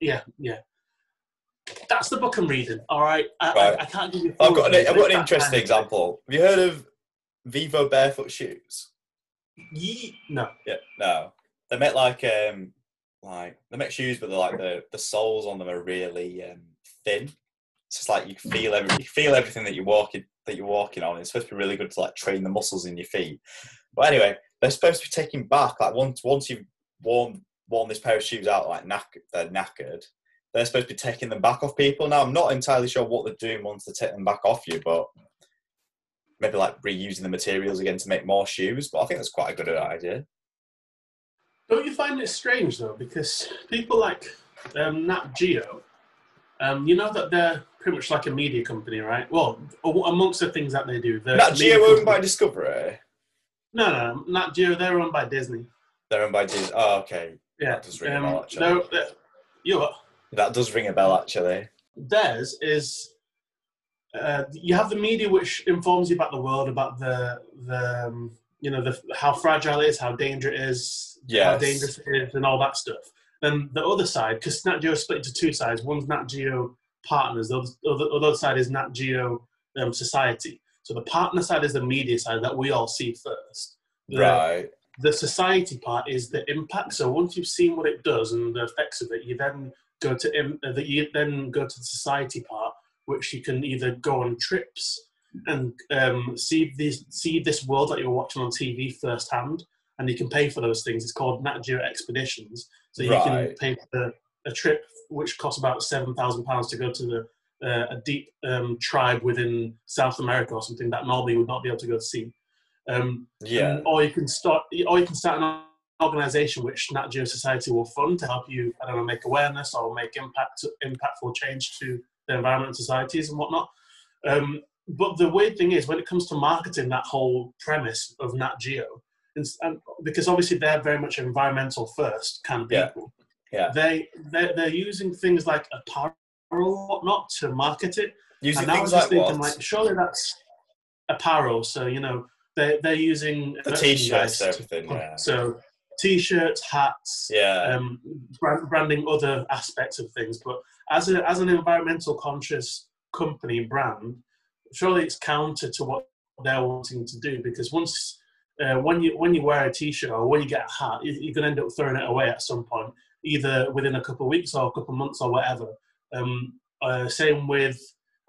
Speaker 2: yeah, yeah. That's the book I'm reading. All right, I,
Speaker 3: Right.
Speaker 2: I, I can't give you.
Speaker 3: I've got an,
Speaker 2: full-
Speaker 3: I've got
Speaker 2: it's
Speaker 3: an
Speaker 2: that
Speaker 3: interesting
Speaker 2: kind of-
Speaker 3: example. Have you heard of Vivo barefoot shoes?
Speaker 2: Ye- no.
Speaker 3: Yeah, no. They make like um like they make shoes, but they're like the the soles on them are really um thin. So it's like you can feel every, you feel everything that you're walking that you're walking on. It's supposed to be really good to like train the muscles in your feet. But anyway, they're supposed to be taken back. Like once once you've worn worn this pair of shoes out, like knack, they're knackered. They're supposed to be taking them back off people. Now I'm not entirely sure what they're doing once they take them back off you, but maybe like reusing the materials again to make more shoes. But I think that's quite a good idea.
Speaker 2: Don't you find it strange though? Because people like um, Nat Geo, um, you know that they're pretty much like a media company, right? Well, a- amongst the things that they do, they're
Speaker 3: Nat
Speaker 2: a media
Speaker 3: Geo owned by
Speaker 2: company.
Speaker 3: Discovery.
Speaker 2: no, no, Nat Geo. They're owned by Disney.
Speaker 3: They're owned by Disney. Oh, okay.
Speaker 2: Yeah, um,
Speaker 3: That does ring a bell, actually.
Speaker 2: they're- they're- you know, what?
Speaker 3: That does ring a bell, actually.
Speaker 2: theirs is. Uh, you have the media, which informs you about the world, about the the um, you know the how fragile it is, how dangerous it is, how
Speaker 3: Yes.
Speaker 2: dangerous it is, and all that stuff. Then the other side, because Nat Geo is split into two sides. One's Nat Geo partners. The other, other, other side is Nat Geo um, society. So the partner side is the media side that we all see first. The,
Speaker 3: Right.
Speaker 2: the society part is the impact. So once you've seen what it does and the effects of it, you then go to im- uh, that you then go to the society part, which you can either go on trips and um, see this see this world that you're watching on TV firsthand, and you can pay for those things. It's called Nat Geo Expeditions. So you can
Speaker 3: Right.
Speaker 2: pay for a trip which costs about seven thousand pounds to go to the uh, a deep um, tribe within South America or something that normally would not be able to go see. Um,
Speaker 3: Yeah.
Speaker 2: and- or you can start, or you can start an organisation which Nat Geo Society will fund to help you, I don't know, make awareness or make impact, impactful change to the environment and societies and whatnot. Um, but the weird thing is, when it comes to marketing, that whole premise of Nat Geo, and, and because obviously they're very much environmental first kind of
Speaker 3: Yeah.
Speaker 2: people,
Speaker 3: Yeah.
Speaker 2: they they're, they're using things like apparel and whatnot to market it
Speaker 3: Using
Speaker 2: and I was
Speaker 3: things
Speaker 2: just
Speaker 3: like
Speaker 2: thinking,
Speaker 3: what?
Speaker 2: like, surely that's apparel. So you know, they they're using
Speaker 3: the t-shirts,
Speaker 2: merchandise.
Speaker 3: everything. Yeah.
Speaker 2: So t-shirts, hats,
Speaker 3: Yeah.
Speaker 2: um, brand, branding other aspects of things. But as a, as an environmental conscious company brand, surely it's counter to what they're wanting to do because once. Uh, when you when you wear a t-shirt or when you get a hat, you- you're gonna end up throwing it away at some point, either within a couple of weeks or a couple of months or whatever. Um, uh, same with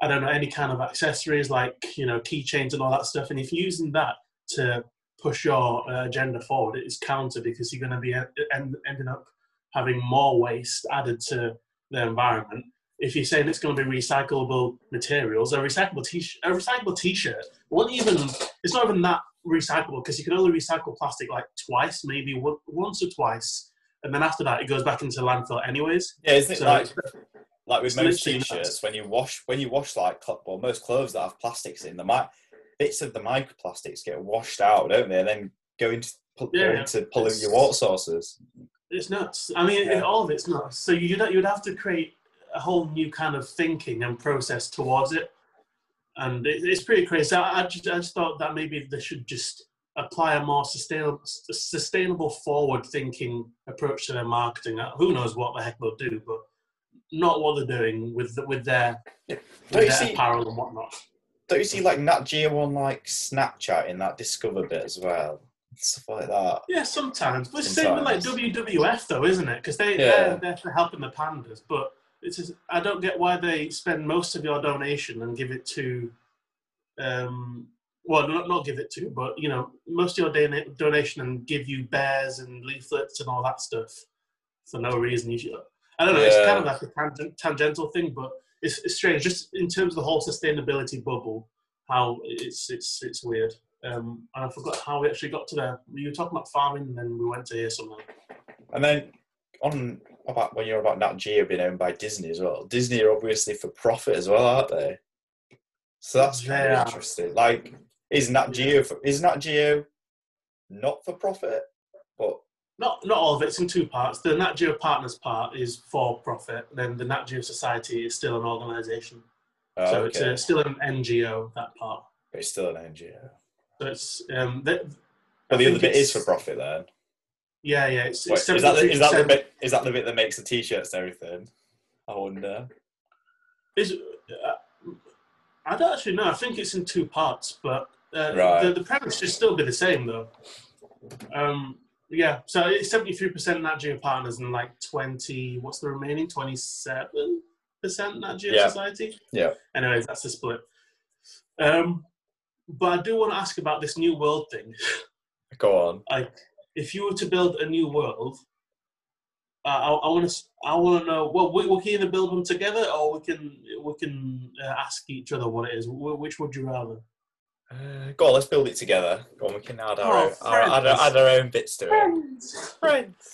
Speaker 2: I don't know any kind of accessories like you know keychains and all that stuff. And if you're using that to push your uh, agenda forward, it is counter because you're going to be e-, end, ending up having more waste added to the environment. If you're saying it's going to be recyclable materials, a recyclable t-shirt, a recyclable t-shirt won't even. It's not even that recyclable because you can only recycle plastic like twice, maybe one, once or twice, and then after that it goes back into landfill anyways.
Speaker 3: Yeah, isn't it
Speaker 2: So-
Speaker 3: like like with
Speaker 2: It's
Speaker 3: most
Speaker 2: literally
Speaker 3: t-shirts when you wash when you wash like cl- well most clothes that have plastics in them, might bits of the microplastics get washed out, don't they? And then go into pu- go
Speaker 2: Yeah, yeah.
Speaker 3: into pollute your water sources.
Speaker 2: It's nuts. I mean,
Speaker 3: Yeah.
Speaker 2: all of it's nuts. So you'd you'd have to create a whole new kind of thinking and process towards it, and it, it's pretty crazy. I, I just I just thought that maybe they should just apply a more sustainable sustainable forward thinking approach to their marketing. Uh, Who knows what the heck they'll do, but not what they're doing with the, with their
Speaker 3: Don't
Speaker 2: with
Speaker 3: you
Speaker 2: their
Speaker 3: see?
Speaker 2: apparel and whatnot.
Speaker 3: Don't you see like Nat Geo on like Snapchat in that Discover bit as well, stuff like that.
Speaker 2: Yeah, sometimes. But it's the same with like
Speaker 3: Sometimes.
Speaker 2: WWF though, isn't it? Because they,
Speaker 3: Yeah.
Speaker 2: they're there for helping the pandas. But it's just, I don't get why they spend most of your donation and give it to, um, well, not, not give it to, but you know, most of your dona- donation and give you bears and leaflets and all that stuff for no reason. You should, I don't know. It's
Speaker 3: Yeah.
Speaker 2: kind of like a tangent, tangential thing, but it's, it's strange. Just in terms of the whole sustainability bubble, how it's it's it's weird. Um, and I forgot how we actually got to there. You were talking about farming, and then we went to hear something.
Speaker 3: And then on about when you're about Nat Geo being owned by Disney as well. Disney are obviously for profit as well, aren't they? So that's kind
Speaker 2: They
Speaker 3: of
Speaker 2: are.
Speaker 3: interesting. Like, is Nat Geo for, is Nat Geo not for profit? But
Speaker 2: Not not all of it. It's in two parts. The Nat Geo Partners part is for profit. Then the Nat Geo Society is still an organisation,
Speaker 3: oh,
Speaker 2: so
Speaker 3: okay.
Speaker 2: it's uh still an NGO that part.
Speaker 3: but it's still an NGO.
Speaker 2: So it's um, th-
Speaker 3: But
Speaker 2: I
Speaker 3: the other
Speaker 2: think
Speaker 3: bit is
Speaker 2: it's-
Speaker 3: for profit then.
Speaker 2: yeah, yeah. It's,
Speaker 3: Wait,
Speaker 2: it's
Speaker 3: is that the, is that the
Speaker 2: 73%.
Speaker 3: bit is that the bit that makes the t-shirts and everything? I wonder.
Speaker 2: Is uh, I don't actually know. I think it's in two parts, but uh,
Speaker 3: Right.
Speaker 2: the, the premise should still be the same though. Um, yeah, so it's seventy three percent Nat Geo partners and like twenty. What's the remaining twenty seven percent Nat Geo
Speaker 3: Yeah.
Speaker 2: Society?
Speaker 3: Yeah.
Speaker 2: Anyways, that's the split. Um, but I do want to ask about this new world thing
Speaker 3: Go on.
Speaker 2: like if you were to build a new world uh, I, I want to I want to know well we, we can either build them together or we can we can uh, ask each other what it is Wh- which would you rather
Speaker 3: Uh, go on, let's build it together. Go on, we can add our,
Speaker 2: Oh,
Speaker 3: own, our, add, our, add our own bits to it.
Speaker 2: friends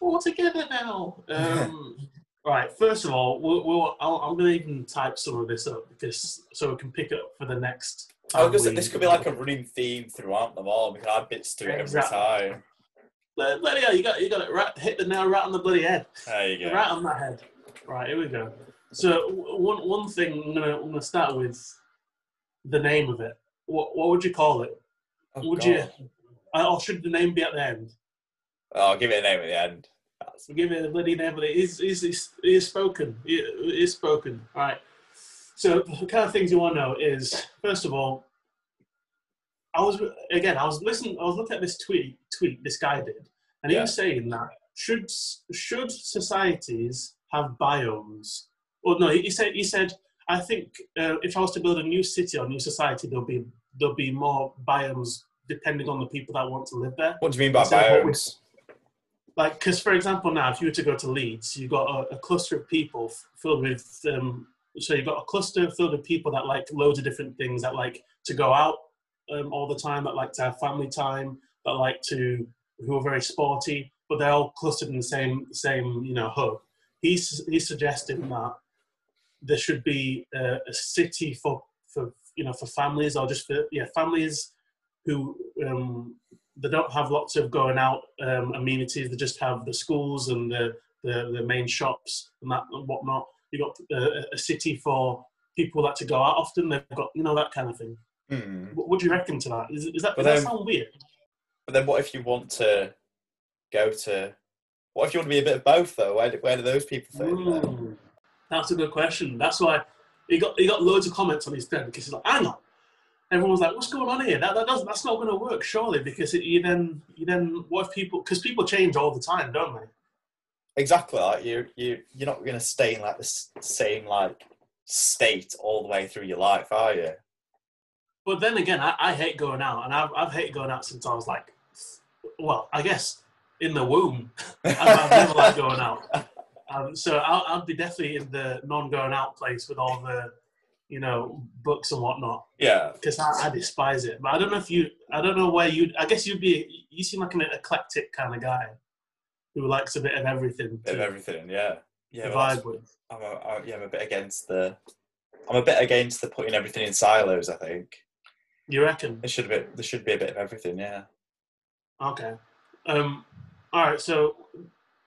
Speaker 2: all together now um, right first of all we'll, we'll, I'll, I'm gonna even type some of this up because so we can pick it up for the next
Speaker 3: I
Speaker 2: time
Speaker 3: was gonna say
Speaker 2: we-
Speaker 3: this could be like a running theme throughout them all. We could add bits to it every
Speaker 2: Exactly.
Speaker 3: time.
Speaker 2: bloody hell you got you got it right hit the nail right on the bloody head
Speaker 3: There you go.
Speaker 2: Right on that head. Right, here we go. So w- one one thing I'm gonna I'm gonna start with the name of it. What what would you call it?
Speaker 3: Oh,
Speaker 2: would
Speaker 3: God.
Speaker 2: you? uh, Or should the name be at the end?
Speaker 3: Oh, I'll give it a name at the end. That's-
Speaker 2: We give it a bloody name, but it is is is, it is spoken. It, it is spoken. All right. So the kind of things you want to know is first of all, I was again I was listening. I was looking at this tweet tweet this guy did, and he
Speaker 3: Yeah.
Speaker 2: was saying that should s- should societies have biomes? Or no, he said he said I think uh, if I was to build a new city or new society, there'll be there'll be more biomes depending on the people that want to live there
Speaker 3: What do you mean by
Speaker 2: So what we-
Speaker 3: biomes?
Speaker 2: like because for example now if you were to go to leeds you've got a, a cluster of people f- filled with um, so you've got a cluster filled with people that like loads of different things that like to go out um, all the time that like to have family time that like to who are very sporty but they're all clustered in the same same you know hub he's he's suggesting that there should be a, a city for for you know for families or just for yeah families who um, they don't have lots of going out um, amenities. They just have the schools and the, the, the main shops and that and whatnot. You've got uh, a, a city for people that to go out often. They've got, you know, that kind of thing.
Speaker 3: Hmm.
Speaker 2: What, what do you reckon to that? Is, is that,
Speaker 3: But
Speaker 2: does that
Speaker 3: then-
Speaker 2: sound weird?
Speaker 3: But then, what if you want to go to? What if you want to be a bit of both though? Where do, where do those people fit? in then?
Speaker 2: Mm, that's a good question. That's why he got he got loads of comments on his thread because he's like, hang on. Everyone was like, "What's going on here? That, that doesn't, that's not going to work, surely." Because it, you then you then what if people because people change all the time, don't they?
Speaker 3: Exactly. Like you, you, you're not going to stay in like the s- same like state all the way through your life, are you?
Speaker 2: But then again, I, I hate going out, and I've, I've hated going out since I was like, well, I guess in the womb. I've, I've never liked going out. Um, so I'll, I'll be definitely in the non-going out place with all the, you know, books and whatnot
Speaker 3: yeah,
Speaker 2: because I, I despise it. But I don't know if you, I don't know where you. I guess you'd be. You seem like an eclectic kind of guy who likes a bit of everything
Speaker 3: of
Speaker 2: to
Speaker 3: everything. Yeah, yeah. well, that's-
Speaker 2: vibe with.
Speaker 3: I'm a, I, yeah, I'm a bit against the. I'm a bit against the putting everything in silos. I think
Speaker 2: You reckon?
Speaker 3: there should be there should be a bit of everything. Yeah.
Speaker 2: Okay. Um. All right. So,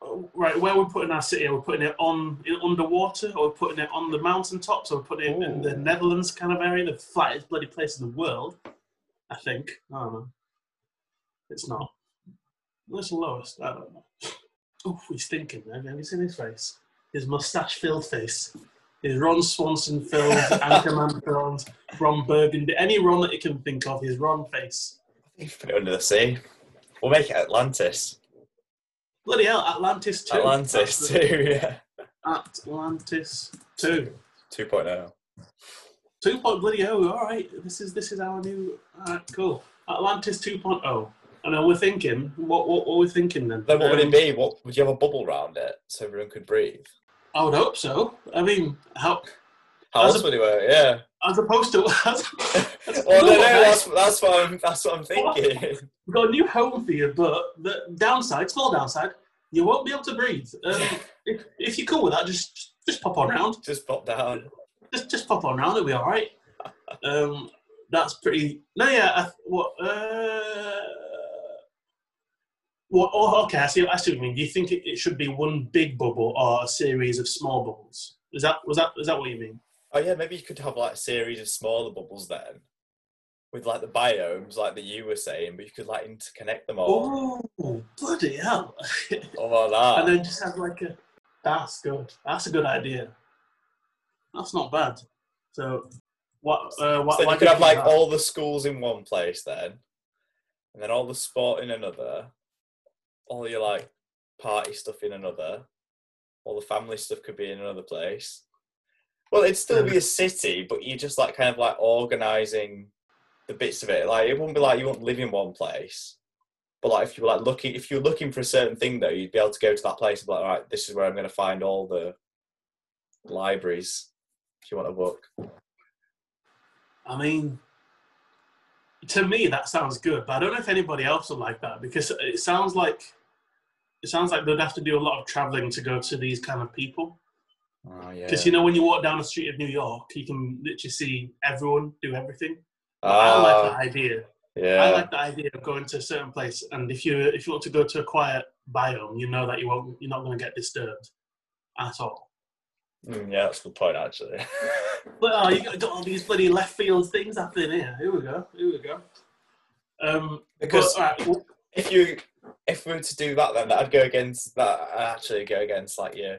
Speaker 2: uh, right, where we're putting our city, are we putting it on in, underwater, or we're putting it on the mountaintops, or we're putting it in the
Speaker 3: Ooh.
Speaker 2: Netherlands kind of area, the flattest bloody place in the world? I think. I don't know. It's not. What's the lowest? I don't know. Oof, he's thinking. Have you- have you seen his face? His mustache-filled face. His Ron Swanson-filled, Anchorman-filled, Ron Burgundy. Any Ron that you can think of, his Ron face.
Speaker 3: You put it under the sea. We'll make it Atlantis.
Speaker 2: Bloody hell, Atlantis 2.
Speaker 3: Atlantis too. Yeah.
Speaker 2: Atlantis 2. oh.
Speaker 3: 2.0.
Speaker 2: 2.0, bloody oh, all right. This is this is our new. All right, cool. Atlantis 2.0. And then we're thinking, what what were we thinking then?
Speaker 3: Then what would
Speaker 2: Um,
Speaker 3: it be? What would you have a bubble round it so everyone could breathe?
Speaker 2: I would hope so. I mean, how
Speaker 3: How
Speaker 2: As
Speaker 3: else would it work? Yeah.
Speaker 2: as opposed to as,
Speaker 3: Well, no,
Speaker 2: cool,
Speaker 3: no,
Speaker 2: guys.
Speaker 3: that's, that's what I'm. That's what I'm thinking.
Speaker 2: we've got a new home for you, but the downside, small downside, you won't be able to breathe. Um, if, if you're cool with that, just just pop on round.
Speaker 3: Just pop down.
Speaker 2: just just pop on round. It'll be all right. Um, that's pretty. No, yeah. I, th- what? Uh, what? Oh, okay. I see. I see what you mean. You think it, it should be one big bubble or a series of small bubbles? Is that was that is that what you mean?
Speaker 3: Oh yeah, maybe you could have like a series of smaller bubbles then, with like the biomes, like that you were saying, but you could like interconnect them all.
Speaker 2: Oh, bloody hell!
Speaker 3: Oh my god.
Speaker 2: and then just have like a. That's good. That's a good idea. That's not bad. So, what? Uh, what
Speaker 3: So
Speaker 2: why
Speaker 3: you could have
Speaker 2: don't
Speaker 3: like
Speaker 2: that?
Speaker 3: all the schools in one place then, and then all the sport in another, all your like party stuff in another, all the family stuff could be in another place. Well, it'd still
Speaker 2: Mm.
Speaker 3: be a city, but you're just like kind of like organizing the bits of it. Like it wouldn't be like you wouldn't live in one place. But like if you were like looking if you're looking for a certain thing though, you'd be able to go to that place and be like, all right, this is where I'm gonna find all the libraries if you want a book.
Speaker 2: I mean, to me that sounds good, but I don't know if anybody else would like that because it sounds like it sounds like they'd have to do a lot of traveling to go to these kind of people.
Speaker 3: Oh yeah.
Speaker 2: Because you know, when you walk down the street of New York, you can literally see everyone do everything. I
Speaker 3: Ah,
Speaker 2: like that idea.
Speaker 3: yeah.
Speaker 2: I like the idea of going to a certain place, and if you if you want to go to a quiet biome, you know that you won't you're not going to get disturbed at all.
Speaker 3: Mm, yeah, that's a good point, actually.
Speaker 2: But oh, you got got all these bloody left field things happening here. Here we go. Here we go. Um,
Speaker 3: Because-
Speaker 2: but, all right, well,
Speaker 3: if you if we were to do that, then that'd go against that. I'd Actually, go against like your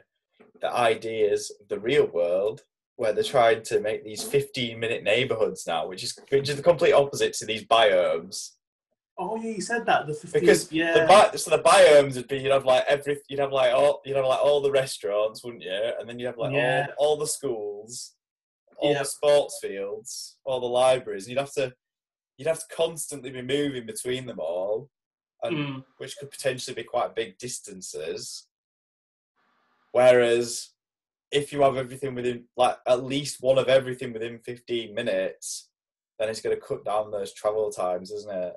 Speaker 3: the ideas of the real world where they're trying to make these 15 minute neighborhoods now, which is which is the complete opposite to these biomes.
Speaker 2: oh yeah, you said that the 15th,
Speaker 3: Because
Speaker 2: yeah,
Speaker 3: The bi- so the biomes would be you'd have like every you'd have like all you'd have like all the restaurants, wouldn't you? And then you'd have like
Speaker 2: Yeah.
Speaker 3: all, all the schools, all
Speaker 2: Yeah.
Speaker 3: the sports fields, all the libraries, and you'd have to you'd have to constantly be moving between them all, and
Speaker 2: Mm,
Speaker 3: which could potentially be quite big distances. Whereas if you have everything within like at least one of everything within 15 minutes, then it's going to cut down those travel times, isn't it?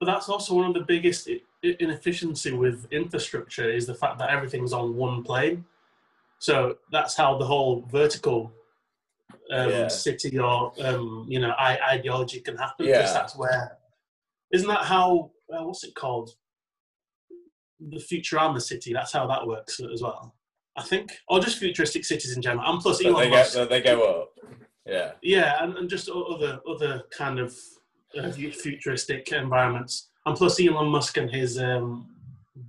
Speaker 2: but that's also one of the biggest i- i- inefficiency with infrastructure is the fact that everything's on one plane. So that's how the whole vertical um,
Speaker 3: Yeah.
Speaker 2: city or um, you know I- ideology can happen.
Speaker 3: Yeah.
Speaker 2: Because that's where isn't that how uh, what's it called? The Futurama city. That's how that works as well. I think, or just futuristic cities in general. And plus,
Speaker 3: That
Speaker 2: Elon
Speaker 3: they, go,
Speaker 2: Musk.
Speaker 3: that they go up. Yeah.
Speaker 2: Yeah, and, and just o- other other kind of uh, fu- futuristic environments. And plus, Elon Musk and his um,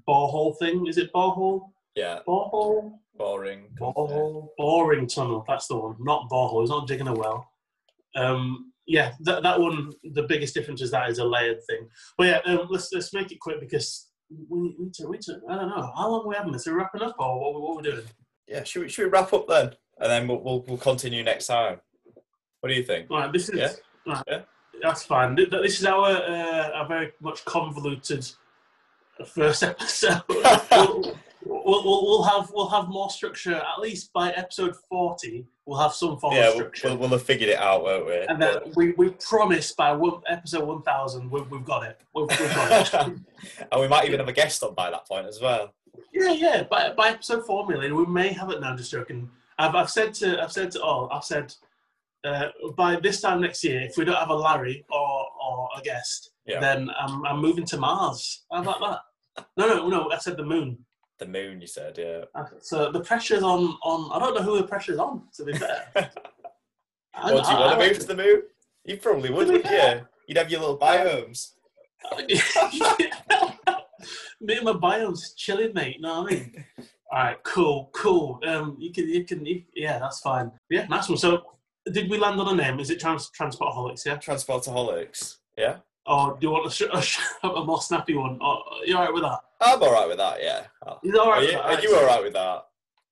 Speaker 2: borehole thing. Is it borehole?
Speaker 3: Yeah,
Speaker 2: Borehole?
Speaker 3: boring.
Speaker 2: Borehole? Boring tunnel. That's the one. Not borehole. He's not digging a well. Um, yeah, that, that one, the biggest difference is that is a layered thing. But yeah, um, let's, let's make it quick because we need we need to, we need to, I don't know, how long are we having this? Are we wrapping up or what, what are we doing?
Speaker 3: Yeah, should we, should we wrap up then? And then we'll, we'll, we'll continue next time. What do you think?
Speaker 2: All right, this is.
Speaker 3: Yeah.
Speaker 2: all right.
Speaker 3: Yeah.
Speaker 2: that's fine. Th- This is our uh, a very much convoluted uh, first episode. we'll, we'll, we'll we'll have we'll have more structure at least by episode forty. We'll have some form
Speaker 3: yeah,
Speaker 2: of
Speaker 3: we'll,
Speaker 2: structure,
Speaker 3: we'll, we'll have figured it out, won't we?
Speaker 2: and then we, we promise by one, episode one thousand we've, we've got it. We've, we've got it.
Speaker 3: and we might even have a guest on by that point as well.
Speaker 2: Yeah, yeah. By, by episode four million, we may have it now. Just joking. I've, I've said to I've said to all. I've said uh, by this time next year, if we don't have a Larry or or a guest,
Speaker 3: Yeah.
Speaker 2: then I'm I'm moving to Mars. How about that? No, no, no. I said the moon.
Speaker 3: The moon, you said, yeah.
Speaker 2: Uh, So the pressure's on on. I don't know who the pressure's on. To be fair. I-
Speaker 3: Well, do you
Speaker 2: I-
Speaker 3: want
Speaker 2: I-
Speaker 3: to move to the moon? You probably would,
Speaker 2: To be
Speaker 3: wouldn't you? You'd have your little biomes.
Speaker 2: Me and my biome's chilling, mate. You know what I mean? All right, cool, cool. Um, you can, you can, you, yeah, that's fine. Yeah, nice one. So, did we land on a name? Is it trans transport holics? Yeah.
Speaker 3: Transportaholics. Yeah.
Speaker 2: Or do you want a, sh- a, sh- a more snappy one? Or you all right with that?
Speaker 3: I'm all right with that, yeah. Are
Speaker 2: You all right?
Speaker 3: you,
Speaker 2: with that?
Speaker 3: are you all right with that?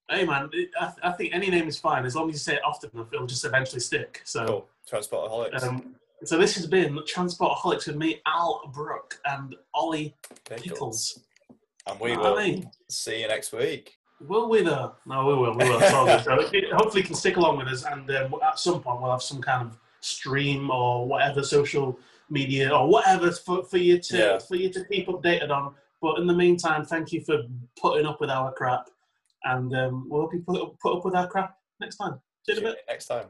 Speaker 2: Hey man, I, th- I think any name is fine as long as you say it often enough. It'll just eventually stick. So,
Speaker 3: Cool. Transportaholics.
Speaker 2: um, so this has been transport holics with me, Al Brook and Ollie Pickles.
Speaker 3: And we
Speaker 2: You know
Speaker 3: will
Speaker 2: what I mean?
Speaker 3: see you next week.
Speaker 2: Will we though? No, we will. We will. It's all good. So it- hopefully, you can stick along with us, and um, at some point, we'll have some kind of stream or whatever social media or whatever for, for you to
Speaker 3: Yeah.
Speaker 2: for you to keep updated on. But in the meantime, thank you for putting up with our crap, and um, we'll hope you put up, put up with our crap next time. See you in a bit.
Speaker 3: next time.